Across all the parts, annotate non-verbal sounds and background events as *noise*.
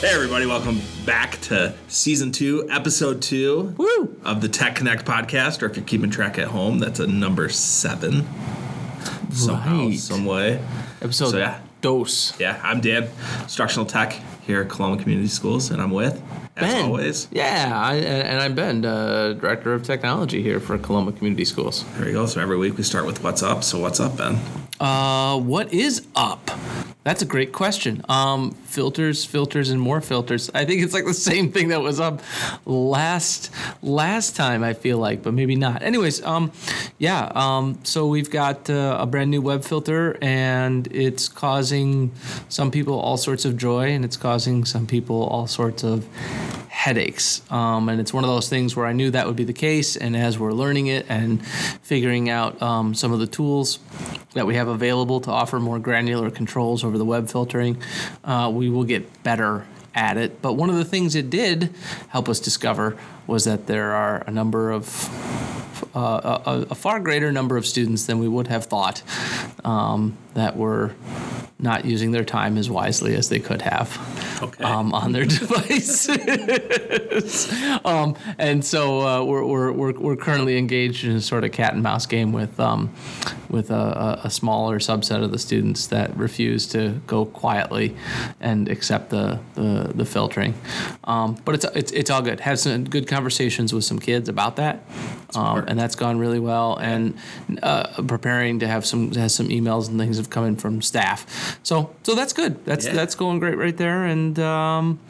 Hey, everybody, welcome back to season two, episode two Woo! of the Tech Connect podcast. Or if you're keeping track at home, that's a number seven somehow, Right. some way. Episode So, yeah. dose. Yeah, I'm Dan, instructional tech here at Columbia Community Schools, and I'm with, as Ben. always. Yeah, I, and and I'm Ben, uh, director of technology here for Coloma Community Schools. There we go. So every week we start with what's up. So what's up, Ben? Uh, what is up? That's a great question. Um, filters, filters, and more filters. I think it's like the same thing that was up last last time. I feel like, but maybe not. Anyways, um, yeah. Um, so we've got uh, a brand new web filter, and it's causing some people all sorts of joy, and it's causing some people all sorts of headaches. Um, and it's one of those things where I knew that would be the case. And as we're learning it and figuring out um, some of the tools that we have available to offer more granular controls over the web filtering, uh, we will get better at it. But one of the things it did help us discover was that there are a number of uh, a, a far greater number of students than we would have thought um, that were not using their time as wisely as they could have Okay. um, on their *laughs* devices. um, and so uh, we're, we're, we're, we're currently engaged in a sort of cat and mouse game with, um, with a, a, a smaller subset of the students that refuse to go quietly and accept the, the, the filtering. Um, but it's, it's, it's all good. Had some good conversations with some kids about that. Um, and that's gone really well. And uh, preparing to have some has some emails and things have come in from staff. So so that's good. That's Yeah. that's going great right there. And um,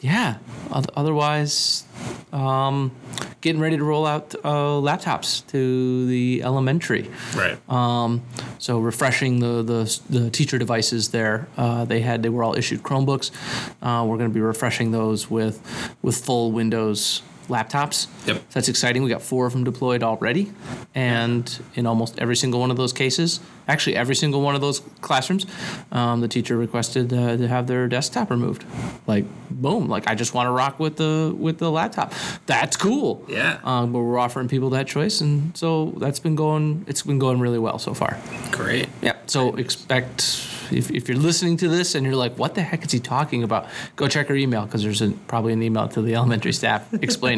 yeah, oth- otherwise, um, getting ready to roll out uh, laptops to the elementary. right. Um, so refreshing the, the the teacher devices there. Uh, they had they were all issued Chromebooks. Uh, we're going to be refreshing those with with full Windows laptops. Yep. So that's exciting. We got four of them deployed already, and in almost every single one of those cases, actually every single one of those classrooms, um, the teacher requested uh, to have their desktop removed. Like boom! Like I just want to rock with the with the laptop. That's cool. Yeah. Um, but we're offering people that choice, and so that's been going. It's been going really well so far. Great. Yeah. So expect if, if you're listening to this and you're like, "What the heck is he talking about?" Go check our email because there's a, probably an email to the *laughs* elementary staff explaining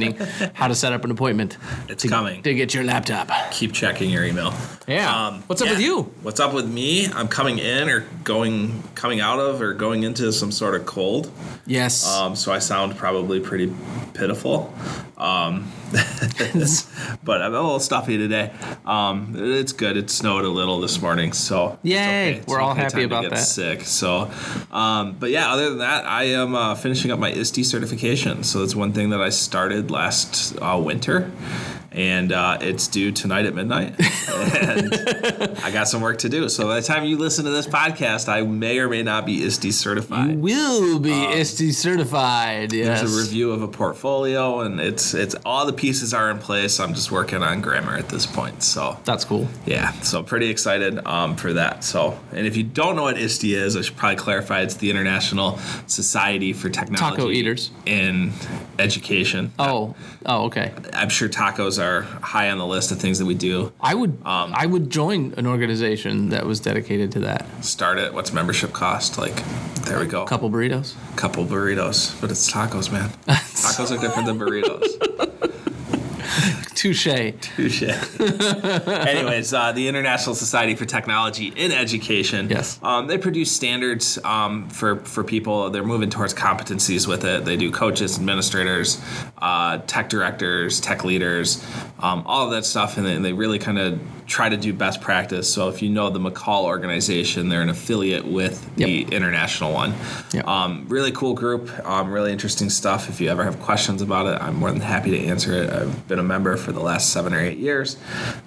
how to set up an appointment. It's to, coming. to get your laptop. Keep checking your email. Yeah. Um, What's up with you? What's up with me? I'm coming in or going coming out of or going into some sort of cold. Yes. Um, so I sound probably pretty pitiful. Um, *laughs* but I'm a little stuffy today. Um, it's good. It snowed a little this morning, so it's Yay. It's We're all okay happy time to about get that. Sick. So, um, but yeah. Other than that, I am uh, finishing up my ISTE certification. So that's one thing that I started last uh, winter. And uh, it's due tonight at midnight. *laughs* And I got some work to do. So by the time you listen to this podcast, I may or may not be ISTE certified. You will be ISTE certified. Yes. um, There's a review of a portfolio, and it's it's all the pieces are in place. I'm just working on grammar at this point. So That's cool. yeah, so pretty excited um, for that. So and if you don't know what ISTE is, I should probably clarify. It's the International Society for Technology Taco eaters. in Education. Oh. Oh. Okay. I'm sure tacos are high on the list of things that we do. I would. Um, I would join an organization that was dedicated to that. Start it. What's membership cost? Like, there we go. Couple burritos. Couple burritos, but it's tacos, *laughs* man. tacos are different than burritos. Touche. Touche. *laughs* Anyways, uh, the International Society for Technology in Education. Yes. Um, they produce standards um, for for people. They're moving towards competencies with it. They do coaches, administrators, uh, tech directors, tech leaders, um, all of that stuff, and they, they really kind of try to do best practice. So if you know the McCall organization, they're an affiliate with Yep. the international one. Yep. Um, really cool group. Um, really interesting stuff. If you ever have questions about it, I'm more than happy to answer it. I've been a member for the last seven or eight years.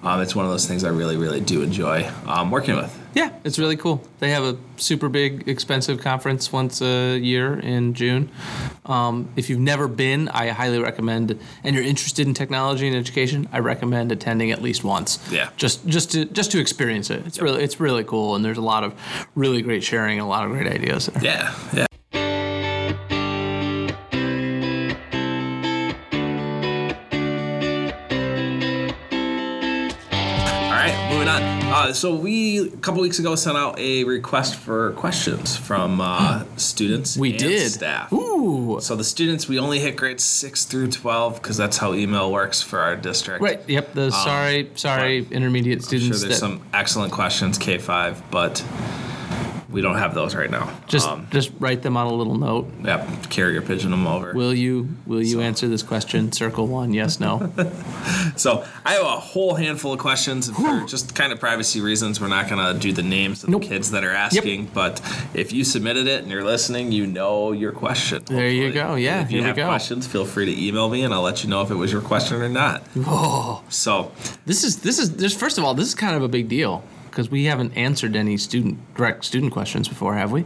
Um, it's one of those things I really, really do enjoy um, working with. Yeah, it's really cool. They have a super big, expensive conference once a year in June. Um, if you've never been, I highly recommend. And you're interested in technology and education, I recommend attending at least once. Yeah. just just to just to experience it. It's really it's really cool, and there's a lot of really great sharing, and a lot of great ideas there. Yeah, yeah. All right, right, moving on. Uh, so we a couple weeks ago sent out a request for questions from uh, students. Hmm. We and did. Staff. Ooh. So the students, we only hit grades six through twelve because that's how email works for our district. Right. Yep. The sorry, sorry, intermediate Um, Sure, students there's that some excellent questions K five, but we don't have those right now. just um, just write them on a little note. yeah, carrier pigeon them over. Will you will you answer this question? Circle one. *laughs* Yes. No. So I have a whole handful of questions and for just kind of privacy reasons. We're not going to do the names of Nope. the kids that are asking, but if you submitted it and you're listening, you know your question. There you go. And Yeah, If you here we have go. questions, feel free to email me and I'll let you know if it was your question or not. Whoa. So This is this is this. First of all, this is kind of a big deal because we haven't answered any student direct student questions before, have we?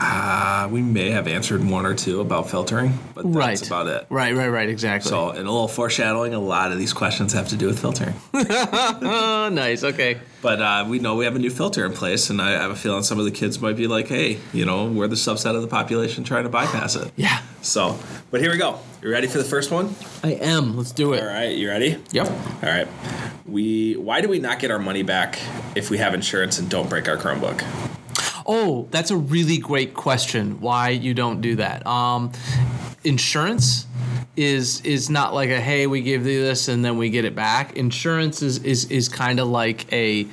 uh, we may have answered one or two about filtering, but that's right. about it. Right. Right. Right. Exactly. So, and a little foreshadowing, a lot of these questions have to do with filtering. Oh, nice. Okay. But uh, we know we have a new filter in place, and I have a feeling some of the kids might be like, hey, you know, we're the subset of the population trying to bypass it. Yeah. So, but here we go. You ready for the first one? I am. Let's do it. All right, you ready? Yep. All right. We why do we not get our money back if we have insurance and don't break our Chromebook? Oh, that's a really great question. Why you don't do that? Um, insurance is is not like a hey we give you this and then we get it back. Insurance is is, is kind of like a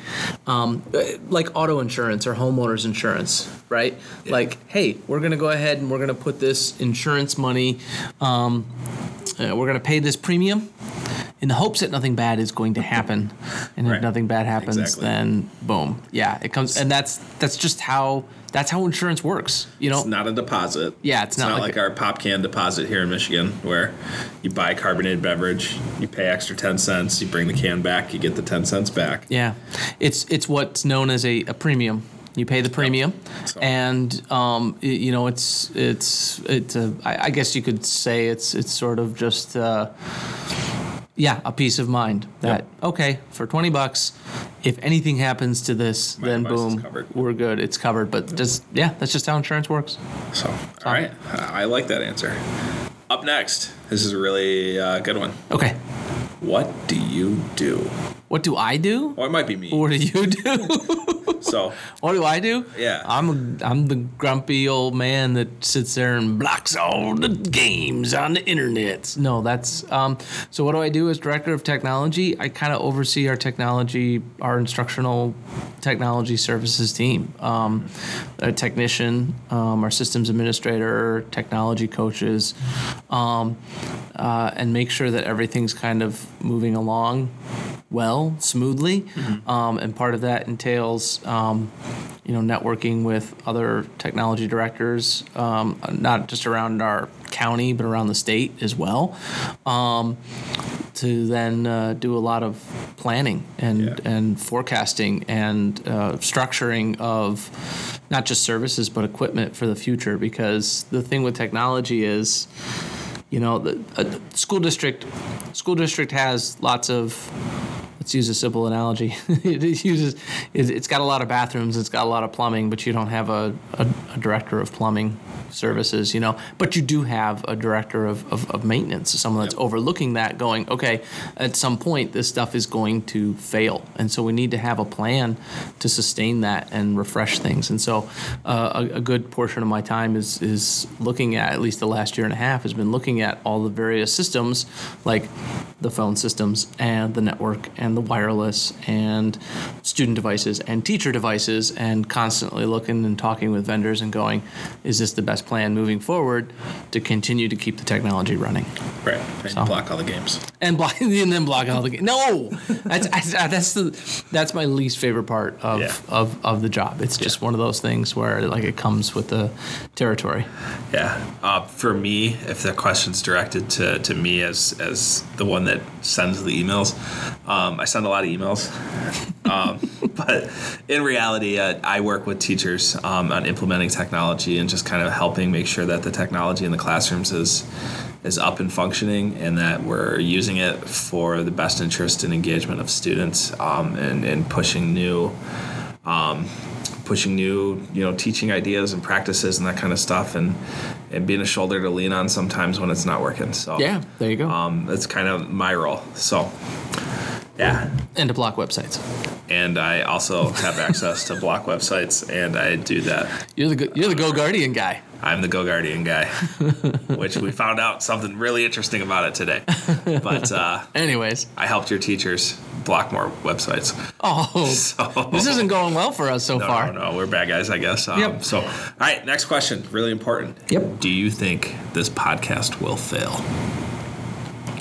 um, eh, like auto insurance or homeowners insurance, right? Like hey, we're gonna go ahead and we're gonna put this insurance money. Um, uh, we're gonna pay this premium. In the hopes that nothing bad is going to happen, and Right. if nothing bad happens, Exactly. then and boom yeah it comes and that's that's just how that's how insurance works you know It's not a deposit. Yeah, it's not not like like, a- our pop can deposit here in Michigan, where you buy carbonated beverage, you pay extra ten cents, you bring the can back, you get the ten cents back. yeah it's it's what's known as a, a premium you pay the premium So- and um, y- you know it's it's it's a, I, I guess you could say it's it's sort of just uh, yeah a peace of mind that okay for 20 bucks if anything happens to this My then device is boom covered. we're good it's covered but just yeah that's just how insurance works So, all right, I I like that answer. Up next, this is a really uh, good one. okay What do you do? what do i do Well, it might be me. what do you *laughs* do So, What do I do? Yeah. I'm I'm the grumpy old man that sits there and blocks all the games on the internet. No, that's um so what do I do as director of technology? I kind of oversee our technology, our instructional technology services team. Um a technician, um, our systems administrator, technology coaches, um, uh, and make sure that everything's kind of moving along well, smoothly. Um, and part of that entails, um, you know, networking with other technology directors, um, not just around our county, but around the state as well. Um, to then uh, do a lot of planning and Yeah. and forecasting and uh, structuring of not just services but equipment for the future because the thing with technology is you know the, uh, the school district school district has lots of let's use a simple analogy *laughs* it uses it- it's got a lot of bathrooms it's got a lot of plumbing but you don't have a, a, a director of plumbing services you know but you do have a director of, of, of maintenance someone that's overlooking that going okay at some point this stuff is going to fail and so we need to have a plan to sustain that and refresh things and so uh, a, a good portion of my time is is looking at at least the last year and a half has been looking at all the various systems like the phone systems and the network and the wireless and student devices and teacher devices and constantly looking and talking with vendors and going, is this the best plan moving forward to continue to keep the technology running? right, I block all the games. and block *laughs* and then block all the game. No, that's I, that's the that's my least favorite part of Yeah. of, of the job. It's just one of those things where like it comes with the territory. Yeah. Uh, for me, if the question's directed to, to me as as the one that sends the emails, um, I send a lot of emails. um, *laughs* but in reality, uh, I work with teachers um, on implementing technology and just kind of helping make sure that the technology in the classrooms is is up and functioning and that we're using it for the best interest and engagement of students um, and, and pushing new um, pushing new you know teaching ideas and practices and that kind of stuff and and being a shoulder to lean on sometimes when it's not working so Um, Yeah, there you go. um, that's kind of my role so Yeah. and to block websites. And I also have access to block websites, and I do that. You're the go- you're the Go Guardian guy. I'm the Go Guardian *laughs* guy, which we found out something really interesting about it today. But uh, Anyways, I helped your teachers block more websites. *laughs* oh, So- this isn't going well for us so No, far. no, no, we're bad guys, I guess. Um, Yep. So, all right, next question, really important. Yep. Do you think this podcast will fail?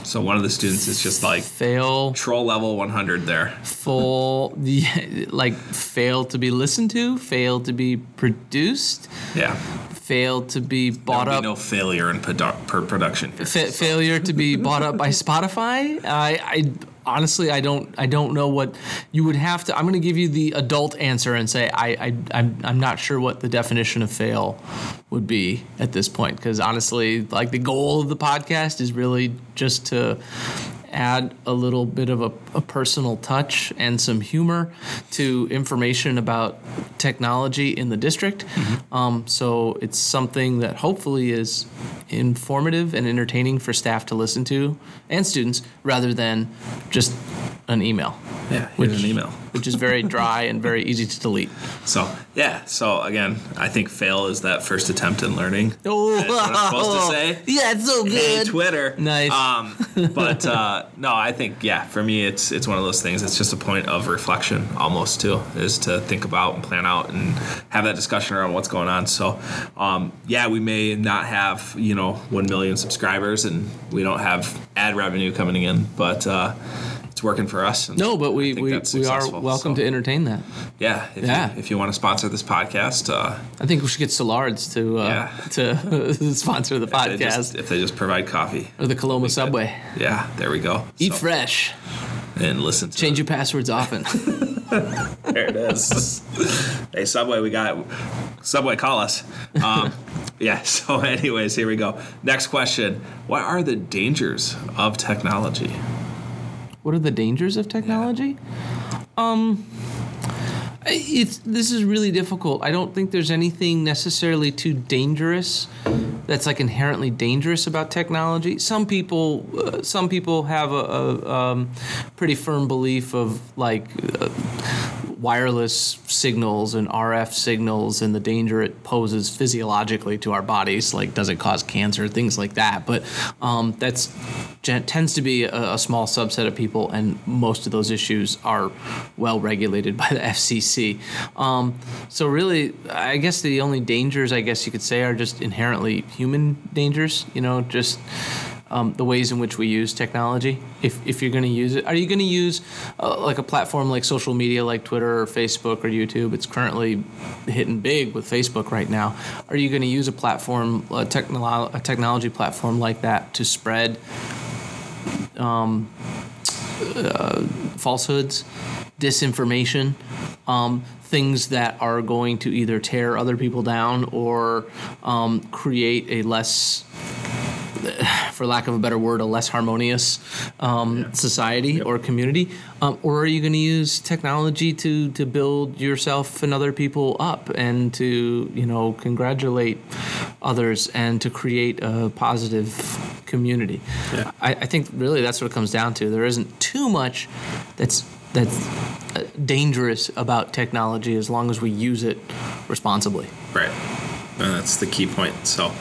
So one of the students is just like Fail troll level 100 there. full, yeah, like fail to be listened to, fail to be produced, Yeah. fail to be bought There'll be no up. failure in produ- per production. here. fa- failure to be bought up by Spotify. I, I honestly, I don't, I don't know what you would have to. I'm going to give you the adult answer and say I, I, I'm, I'm not sure what the definition of fail would be at this point because honestly, like the goal of the podcast is really just to add a little bit of a, a personal touch and some humor to information about technology in the district. Mm-hmm. Um, so it's something that hopefully is informative and entertaining for staff to listen to and students rather than just an email, Yeah, here's an email. which is very dry and very easy to delete. So, yeah. So, again, I think fail is that first attempt in learning. *laughs* Oh, That's what I'm supposed to say. *laughs* yeah, it's so Hey, good. Twitter. Nice. Um, but uh, *laughs* no, I think yeah. For me, it's it's one of those things. It's just a point of reflection, almost too, is to think about and plan out and have that discussion around what's going on. So, um, yeah, we may not have you know one million subscribers, and we don't have ad revenue coming in, but uh, it's working for us. and no, but I we, think we, that's we are successful. welcome So, to entertain that. yeah. If Yeah. You, if you want to sponsor this podcast, uh, I think we should get Solards *laughs* to uh, Yeah. to sponsor the they podcast just, if they just provide coffee, or the Coloma Subway. yeah, there we go. Eat So- fresh. and listen. To Change your passwords *laughs* often. *laughs* There it is. hey, Subway, we got Subway. Call us. Um, yeah. *laughs* So, anyways, here we go. Next question: What are the dangers of technology? what are the dangers of technology? Um, I- it's this is really difficult. I don't think there's anything necessarily too dangerous that's like inherently dangerous about technology. Some people, uh, some people have a, a um, pretty firm belief of like. Uh, wireless signals and RF signals and the danger it poses physiologically to our bodies, like does it cause cancer, things like that. But um, that's gen- tends to be a, a small subset of people, and most of those issues are well regulated by the FCC. Um, so really, I guess the only dangers I guess you could say are just inherently human dangers. You know, just um, the ways in which we use technology. If, if you're going to use it, are you going to use uh, like a platform like social media, like Twitter or Facebook or YouTube? It's currently hitting big with Facebook right now. Are you going to use a platform, a, technolo- a technology platform like that to spread um, uh, falsehoods, disinformation, um, things that are going to either tear other people down or um, create a less, for lack of a better word, a less harmonious um, society or community? Um, or are you going to use technology to to build yourself and other people up and to you know congratulate others and to create a positive community. I, I think really that's what it comes down to. There isn't too much that's that's uh, dangerous about technology as long as we use it responsibly. Right. And that's the key point. So,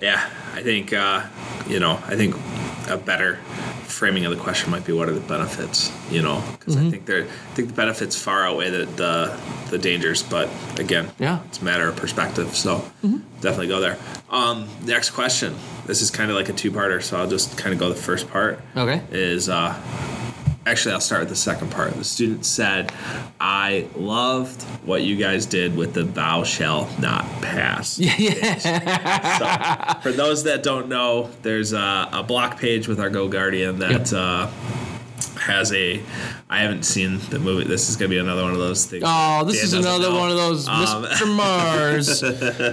yeah, I think uh, you know, I think a better framing of the question might be what are the benefits? You know, because I think there, I think the benefits far outweigh the the, the dangers. But again, Yeah. it's a matter of perspective. So definitely go there. Um, next question. This is kind of like a two parter, so I'll just kind of go the first part Okay. is uh, actually I'll start with the second part. The student said, "I loved what you guys did with the thou shall not pass." *laughs* *laughs* Yeah. So, for those that don't know, there's a, a block page with our Go Guardian that. Yep. Uh, has a, I haven't seen the movie. This is gonna be another one of those things. Oh, this Dan is doesn't another know. Um, one of those Mr.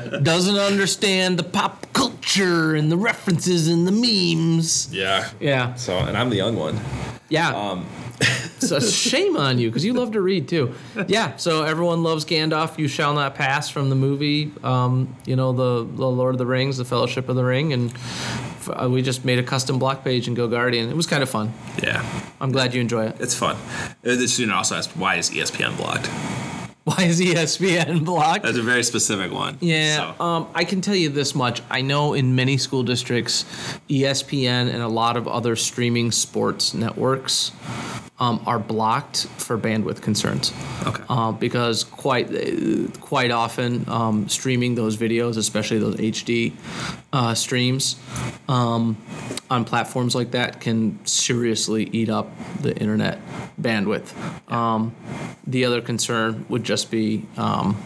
*laughs* Mars doesn't understand the pop culture and the references and the memes. Yeah. Yeah. So, and I'm the young one. Yeah. Um, *laughs* so shame on you because you love to read too. Yeah. So everyone loves Gandalf. You shall not pass from the movie. Um, you know the the Lord of the Rings, the Fellowship of the Ring, and f- uh, we just made a custom block page in Go Guardian. It was kind of fun. Yeah, I'm glad you enjoy it. *laughs* it's fun. Uh, The student also asked, "Why is E ESPN blocked?" Why is E ESPN blocked? That's a very specific one. Yeah, So, um, I can tell you this much. I know in many school districts, E ESPN and a lot of other streaming sports networks um, are blocked for bandwidth concerns. okay. Uh, because quite uh, quite often, um, streaming those videos, especially those HD uh, streams, um, on platforms like that, can seriously eat up the internet bandwidth. Um, the other concern would just be um,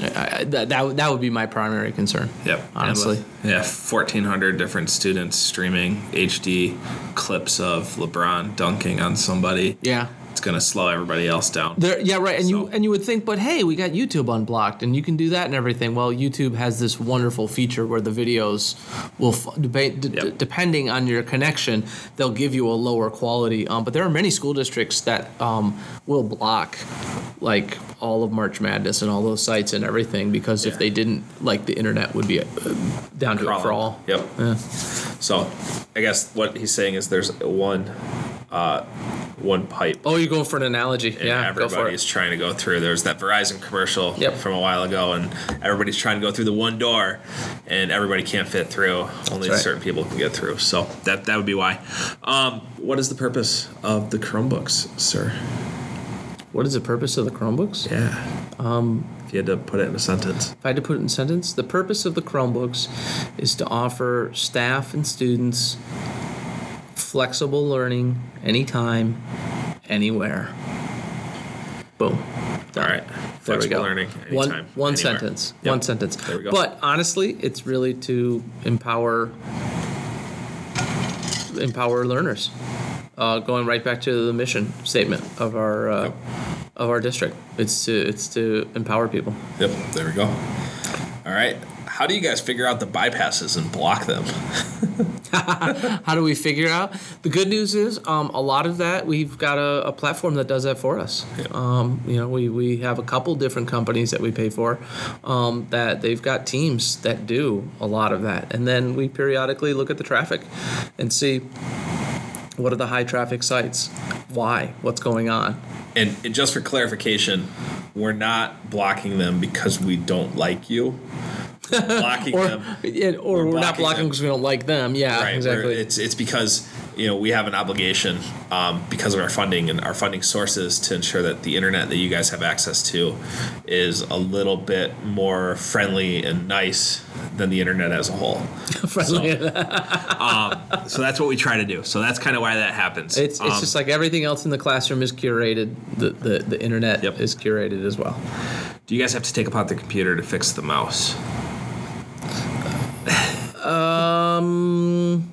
I, I, that, that would- that would be my primary concern. Yep. And honestly. with- yeah, fourteen hundred different students streaming HD clips of LeBron dunking on somebody. Yeah. It's gonna slow everybody else down. There, yeah, right. And you So- and you would think, but hey, we got YouTube unblocked, and you can do that and everything. Well, YouTube has this wonderful feature where the videos will f- debate d- Yep. depending on your connection, they'll give you a lower quality. Um, but there are many school districts that um, will block like all of March Madness and all those sites and everything because if Yeah. they didn't, like the internet would be uh, down to a crawl. Yep. So, I guess what he's saying is there's one, uh, one pipe. Oh, you're going for an analogy? and yeah, go for everybody's it. trying to go through. There was that Verizon commercial Yep. from a while ago, and everybody's trying to go through the one door, and everybody can't fit through. Only right. certain people can get through. So that that would be why. Um, what is the purpose of the Chromebooks, sir? What is the purpose of the Chromebooks? Yeah. Um, if you had to put it in a sentence. If I had to put it in a sentence, the purpose of the Chromebooks is to offer staff and students flexible learning anytime, anywhere. Boom. Done. All right. There we Flexible go. Learning. one anytime, one anywhere. sentence. Yep. One sentence. There we go. But honestly, it's really to empower empower learners. Uh, going right back to the mission statement of our uh, Yep. of our district, it's to it's to empower people. Yep. There we go. All right. How do you guys figure out the bypasses and block them? how do we figure out? The good news is um, a lot of that we've got a, a platform that does that for us. Yeah. Um, you know, we, we have a couple different companies that we pay for um, that they've got teams that do a lot of that, and then we periodically look at the traffic and see what are the high traffic sites, why, what's going on. And, and just for clarification, we're not blocking them because we don't like you. We're blocking *laughs* Or, them. yeah, or We're we're, not blocking blocking them. because we don't like them. Yeah, Right. we're- exactly. It's it's because you know we have an obligation um, because of our funding and our funding sources to ensure that the internet that you guys have access to is a little bit more friendly and nice than the internet as a whole. *laughs* Friendly. *laughs* So that's what we try to do. So that's kind of why that happens. Um, It's, it's just like everything else in the classroom is curated. The the, the internet Yep. is curated as well. do you guys have to take apart the computer to fix the mouse? Um.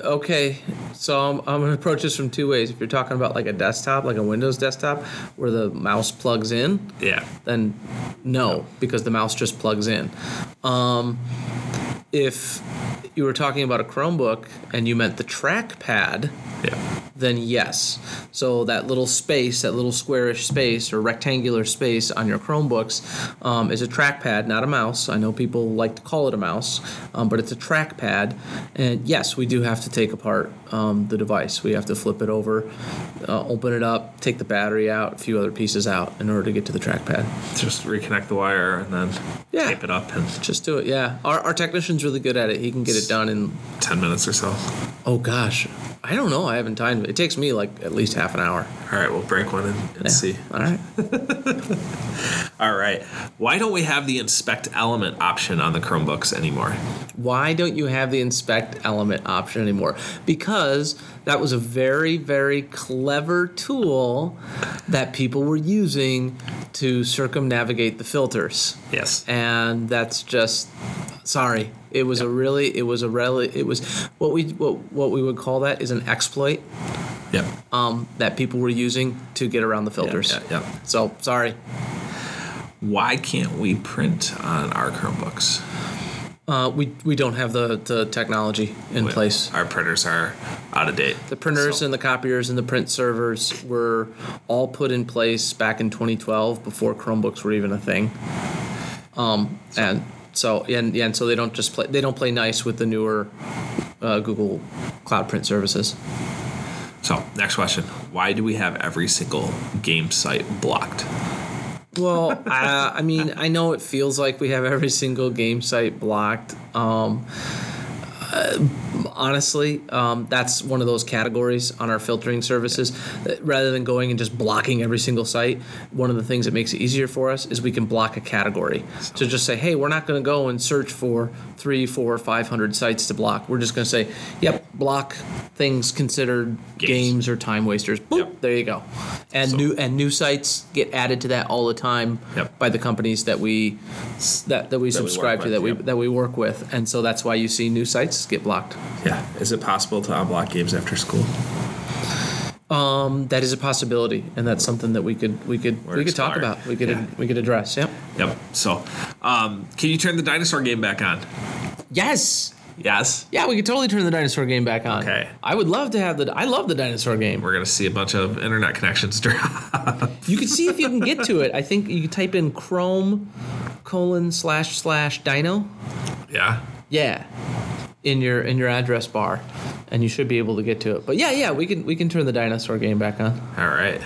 Okay, so I'm, I'm gonna approach this from two ways. If you're talking about like a desktop, like a Windows desktop, where the mouse plugs in, Yeah. then no, because the mouse just plugs in. Um, if you were talking about a Chromebook and you meant the trackpad, Yeah. then yes. So that little space, that little squarish space or rectangular space on your Chromebooks um, is a trackpad, not a mouse. I know people like to call it a mouse, um, but it's a trackpad. And yes, we do have to take apart um, the device. We have to flip it over, uh, open it up, take the battery out, a few other pieces out in order to get to the trackpad. Just reconnect the wire and then Yeah. tape it up in Just do it, yeah. Our, our technician's really good at it. He can get it done in, 10 minutes or so. All oh gosh, I don't know. I haven't timed it. It takes me like at least half an hour. right, we'll break one and, and see. All right. All right. Why don't we have the inspect element option on the Chromebooks anymore? why don't you have the inspect element option anymore? Because that was a very, very clever tool that people were using to circumnavigate the filters. Yes. And that's just sorry. It was a really it was a really it was what we what, what we would call that is an exploit Yep. um, that people were using to get around the filters. yeah, yeah. So sorry. Why can't we print on our Chromebooks? Uh, we, we don't have the, the technology in Well, place. Our printers are out of date. The printers and the copiers and the print servers were all put in place back in 2012 before Chromebooks were even a thing. Um, and So and yeah, and so they don't just play. They don't play nice with the newer uh, Google Cloud Print services. So, next question. Why do we have every single game site blocked? Well, I, I mean, I know it feels like we have every single game site blocked. Um, uh, honestly, um, that's one of those categories on our filtering services. that Rather than going and just blocking every single site, one of the things that makes it easier for us is we can block a category. So just say, hey, we're not going to go and search for three, four, five hundred sites to block. We're just going to say, yep, block things considered games, Games. or time wasters. Boop, Yep. there you go. And So- new and new sites get added to that all the time Yep. by the companies that we that, that we That we subscribe work with, to that we yep. that we work with, and so that's why you see new sites get blocked. Yeah. Is it possible to unblock games after school? Um, that is a possibility, and that's something that we could we could Or we could talk explore. about. We could Yeah. we could address. Yep. Yep. So, um, can you turn the dinosaur game back on? Yes. Yes. Yeah, we could totally turn the dinosaur game back on. Okay. I would love to have the. I love the dinosaur game. We're going to see a bunch of internet connections *laughs* drop. You can see if you can get to it. I think you could type in Chrome colon slash slash Dino. yeah. Yeah. In your in your address bar, and you should be able to get to it. But yeah, yeah, we can we can turn the dinosaur game back on. All right.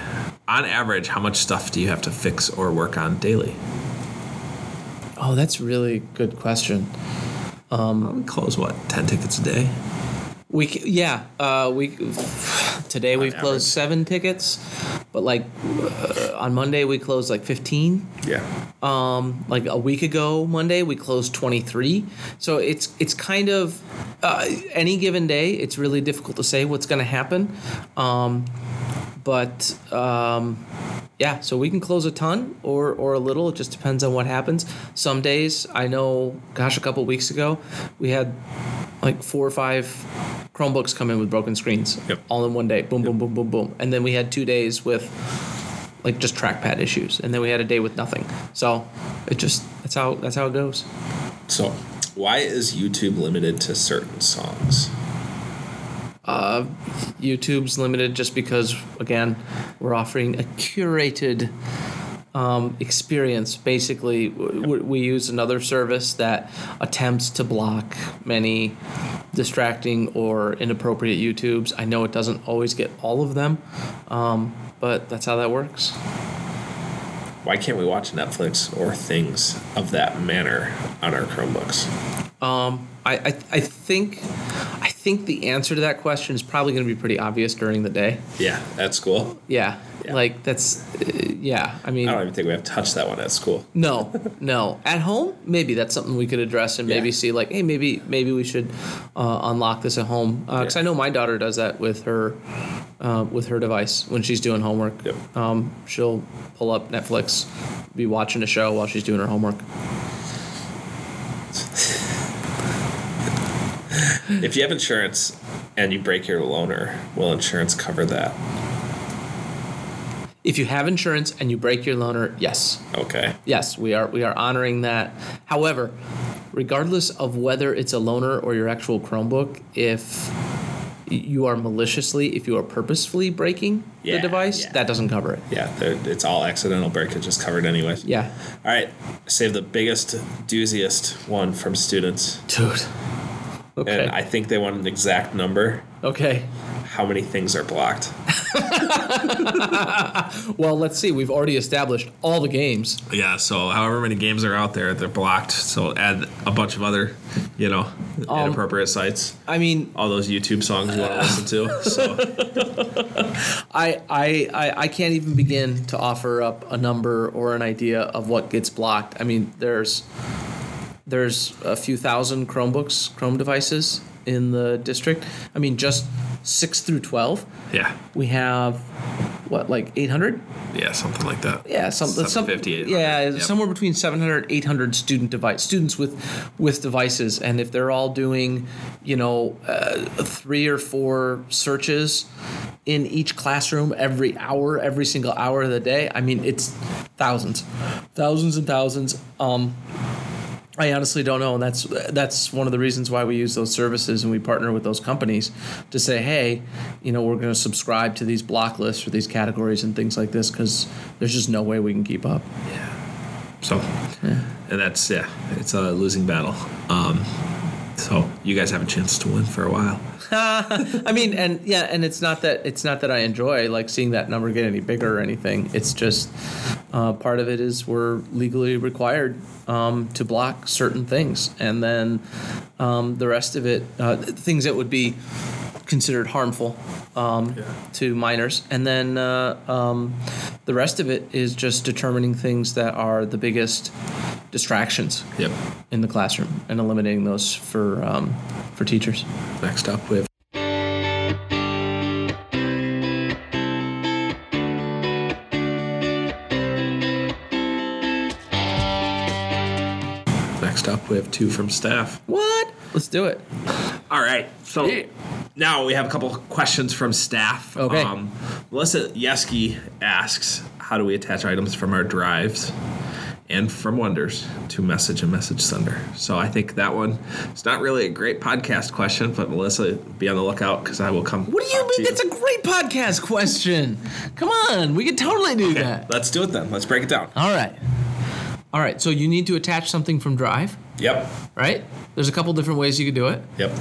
On average, how much stuff do you have to fix or work on daily? Oh, that's really good question. Probably close, what, 10 tickets a day? We c- yeah uh, we today we've average. closed seven tickets, but like uh, on Monday we closed like fifteen. Yeah. Um, like a week ago Monday we closed twenty three. So it's it's kind of uh, any given day it's really difficult to say what's going to happen, um, but. Um, yeah, so we can close a ton or or a little. It just depends on what happens. Some days, I know, gosh, a couple weeks ago, we had like four or five Chromebooks come in with broken screens, Yep. all in one day. Boom, boom, boom, boom, boom. And then we had two days with like just trackpad issues, and then we had a day with nothing. So it just that's how that's how it goes. So, why is YouTube limited to certain songs? YouTube's limited just because, again, we're offering a curated um, experience. Basically, w- w- we use another service that attempts to block many distracting or inappropriate YouTubes. I know it doesn't always get all of them, um, but that's how that works. Why can't we watch Netflix or things of that manner on our Chromebooks? Um, I, I, I think I think the answer to that question is probably going to be pretty obvious during the day. Yeah, at school. Yeah, Yeah. Oh, like that's uh, yeah. I mean, I don't even think we have touched that one at school. No, no. At home, maybe that's something we could address and maybe Yeah. see like, hey, maybe maybe we should uh, unlock this at home because Yeah. I know my daughter does that with her uh, with her device when she's doing homework. Yep. Um, she'll pull up Netflix, be watching a show while she's doing her homework. If you have insurance and you break your loaner, will insurance cover that? If you have insurance and you break your loaner, yes, Okay. yes, we are we are honoring that. However, regardless of whether it's a loaner or your actual Chromebook, if you are maliciously, if you are purposefully breaking the Yeah, device, yeah. that doesn't cover it. Yeah, there- it's all accidental breakage just covered anyways. Yeah, All right, save the biggest, dooziest one from students. dude. Okay. And I think they want an exact number. okay. How many things are blocked? Well, let's see. We've already established all the games. Yeah, so however many games are out there, they're blocked. So add a bunch of other, you know, inappropriate sites. I mean, All those YouTube songs you want to listen to. So I, I, I, I can't even begin to offer up a number or an idea of what gets blocked. I mean, there's there's a few thousand Chromebooks, Chrome devices in the district. I mean, just six through twelve, yeah, we have what like eight hundred? yeah, something like that. Yeah, some, some 750, Yeah, 800, yep. somewhere between 700 800 student device students with with devices and if they're all doing, you know, uh, three or four searches in each classroom every hour, every single hour of the day, I mean, it's thousands. Thousands and thousands. Um I honestly don't know, and that's that's one of the reasons why we use those services and we partner with those companies to say, hey, you know, we're going to subscribe to these block lists for these categories and things like this because there's just no way we can keep up. Yeah. So, and that's yeah, it's a losing battle. Um, so you guys have a chance to win for a while. I mean, and yeah, and it's not that it's not that I enjoy like seeing that number get any bigger or anything. It's just uh, part of it is we're legally required um, to block certain things, and then um, the rest of it, uh, things that would be considered harmful um, to minors, and then uh, um, the rest of it is just determining things that are the biggest distractions Yep. in the classroom and eliminating those for um, for teachers. Next up, we have next up we have two from staff. What? Let's do it. All right. So now we have a couple questions from staff. Um, Okay. Melissa Yeski asks, "How do we attach items from our drives and from Wonders to message and message sender?" So I think that one it's not really a great podcast question, but Melissa, be on the lookout because I will come. What do you mean? That's a great podcast question. Come on, we could totally do that. Let's do it then. Let's break it down. All right. All right, so you need to attach something from Drive, Yep. right? There's a couple different ways you could do it. uh, Yep.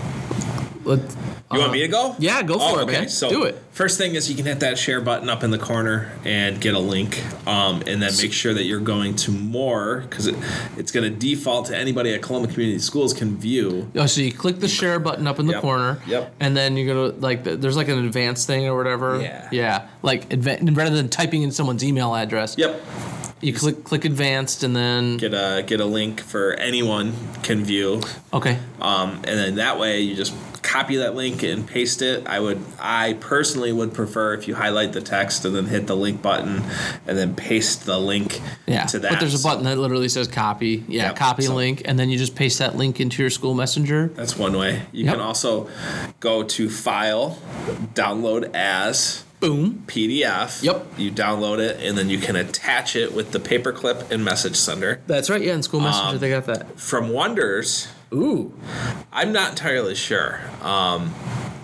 Let's, You want me to go? Um, Oh, yeah, go for it, man. So Do it. First thing is you can hit that share button up in the corner and get a link, um, and then make sure that you're going to more because it, it's going to default to anybody at Columbia Community Schools can view. Oh, so you click the share button up in the Yep. corner. Yep. And then you're gonna like th- there's like an advanced thing or whatever. Yeah. Yeah. Like adva- rather than typing in someone's email address. Yep. You click click advanced and then Get a get a link for anyone can view. okay. um, and then that way you just copy that link and paste it i would i personally would prefer if you highlight the text and then hit the link button and then paste the link Yeah. to that But there's a button that literally says copy. Yeah. Yep. Copy So- link and then you just paste that link into your school messenger. that's one way you Yep. can also go to file download as Boom. pdf Yep. you download it and then you can attach it with the paperclip and message sender That's right. Yeah. In school messenger they got that. from wonders Ooh. i'm not entirely sure um,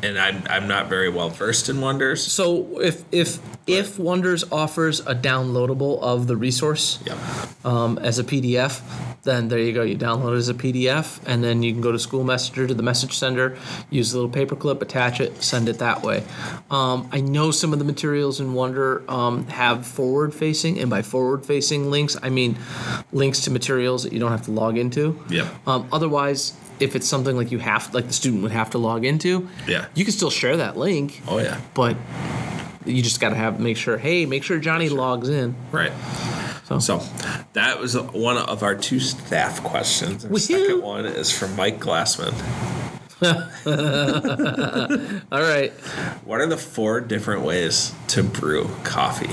and I'm, I'm not very well versed in wonders So if if if Wonders offers a downloadable of the resource. yep um, as a PDF, then there you go. You download it as a PDF, and then you can go to School Messenger to the message sender, use the little paperclip, attach it, send it that way. Um, I know some of the materials in Wonder um, have forward facing, and by forward facing links, I mean links to materials that you don't have to log into. Yep. Um, otherwise, if it's something like you have, like the student would have to log into, Yeah. you can still share that link, Oh yeah. but you just got to have make sure. Hey, make sure Johnny logs in. Right. So. So That was one of our two staff questions. Our Woohoo. second one is from Mike Glassman. All right. What are the four different ways to brew coffee?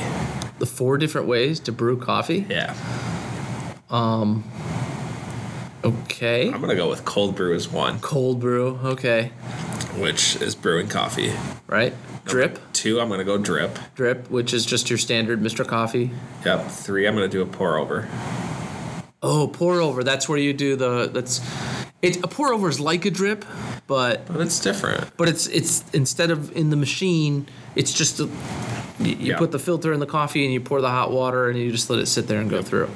the four different ways to brew coffee. Yeah, Okay. I'm gonna go with cold brew is one, Cold brew. Okay. which is brewing coffee. Right. Drip. Two, I'm gonna go drip. Drip, which is just your standard Mr. Coffee. Yep. Three, I'm gonna do a pour over. Oh, pour over. That's where you do the. That's. It a pour over is like a drip, but But it's different. but it's it's instead of in the machine, it's just a. You you Yeah. put the filter in the coffee and you pour the hot water and you just let it sit there and go through.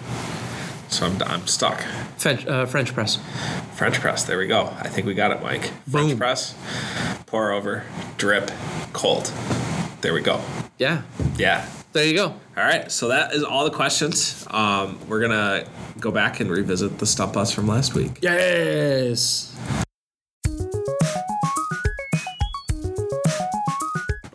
So I'm, I'm stuck. French, uh, French press. French press. There we go. I think we got it, Mike. French Boom. press, pour over, drip, cold. There we go. Yeah. Yeah. There you go. all right. So that is all the questions. Um, we're gonna go back and revisit the stump us from last week. Yes.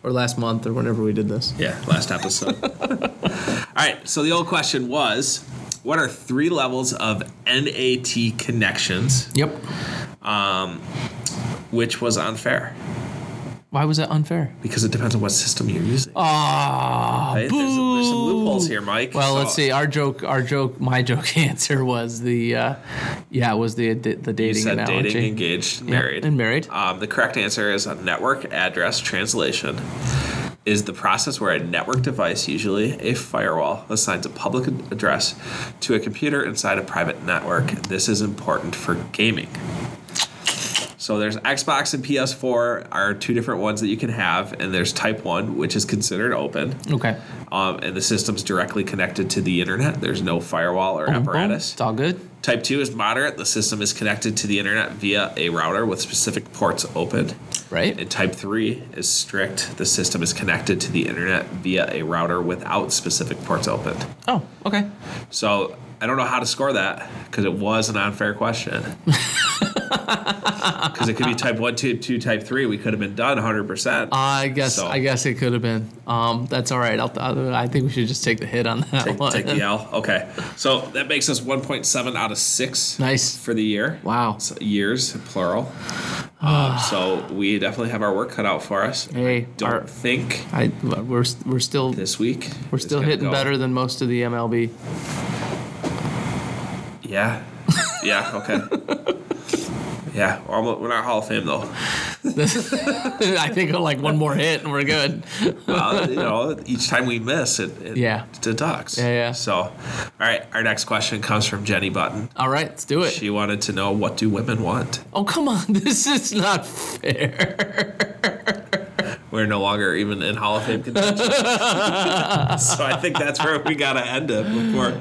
Or last month or whenever we did this. Yeah, last episode. *laughs* All right, so the old question was what are three levels of NAT connections, Yep. which was unfair Why was that unfair? because it depends on what system you're using. Oh, Ah, There's, some- there's some loopholes here, Mike. Well, So let's see. Our joke, our joke, my *laughs* joke answer was the, uh, yeah, was the the dating You said analogy. dating, engaged, Yeah, married. and married. Um, the correct answer is a network address translation is the process where a network device, usually a firewall, assigns a public ad- address to a computer inside a private network. This is important for gaming. So there's Xbox and PS4 are two different ones that you can have, and there's Type One, which is considered open, Okay. um, and the system's directly connected to the internet. There's no firewall or Boom, boom. apparatus. It's all good. Type 2 is moderate. The system is connected to the internet via a router with specific ports open. Right. And type 3 is strict. The system is connected to the internet via a router without specific ports open. oh, okay. So I don't know how to score that because it was an unfair question. Because it could be type 1, 2, 2, type 3. We could have been done 100%. I guess So- I guess it could have been. Um, that's all right. I'll, I'll- I think we should just take the hit on that take, one. take *laughs* the L. Okay. So that makes us 1.7 out of 6. Nice. For the year. Wow. So years, plural. um, so we definitely have our work cut out for us. Hey, Don't Ah. our- think I we're we're still this week. we're is still gonna hitting go- better than most of *laughs* the MLB. Yeah. Yeah. *laughs* Okay. yeah. We're, almost, we're not Hall of Fame though. *laughs* I think like one more hit and we're good. Well, you know, each time we miss, it, it Yeah. deducts. Yeah, yeah. So, all right. Our next question comes from Jenny Button. All right, let's do it. She wanted to know what do women want. Oh come on, *laughs* this is not fair. We're no longer even in Hall of Fame contention. so I think that's where we gotta end it before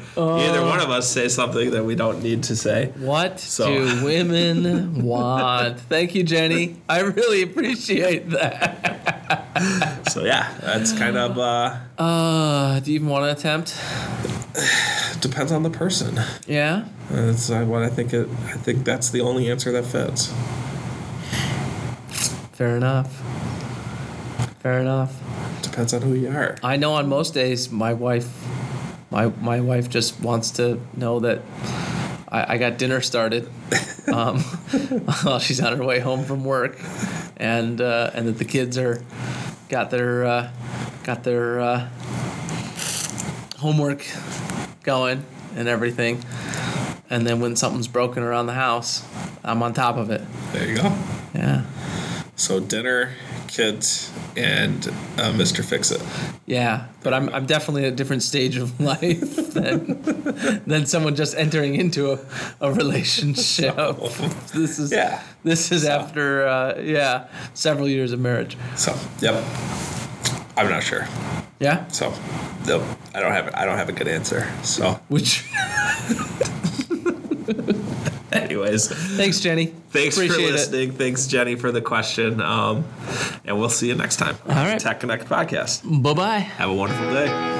either one of us say something that we don't need to say. What So- do women want? Thank you, Jenny. I really appreciate that. So yeah, that's kind of uh, Uh, do you even want to attempt? Depends on the person. Yeah. That's uh, what I think. It, I think that's the only answer that fits. Fair enough. Fair enough. Depends on who you are. I know on most days my wife my my wife just wants to know that I, I got dinner started um, *laughs* while she's on her way home from work and uh, and that the kids are got their uh, got their uh, homework going and everything and then when something's broken around the house I'm on top of it There you go. yeah So dinner, kids, and uh, Mr. Fix It. Yeah, but I'm, I'm definitely at a different stage of *laughs* life than than someone just entering into a, a *laughs* relationship. this is Yeah. this is after uh, yeah several years of marriage. So yep. I'm not sure. Yeah, So nope. I don't have. I don't have a good answer. So which *laughs* anyways. thanks Jenny. Thanks for Appreciate it. listening. Thanks Jenny for the question, um, and we'll see you next time. All right. Tech Connect podcast. Bye bye. Have a wonderful day.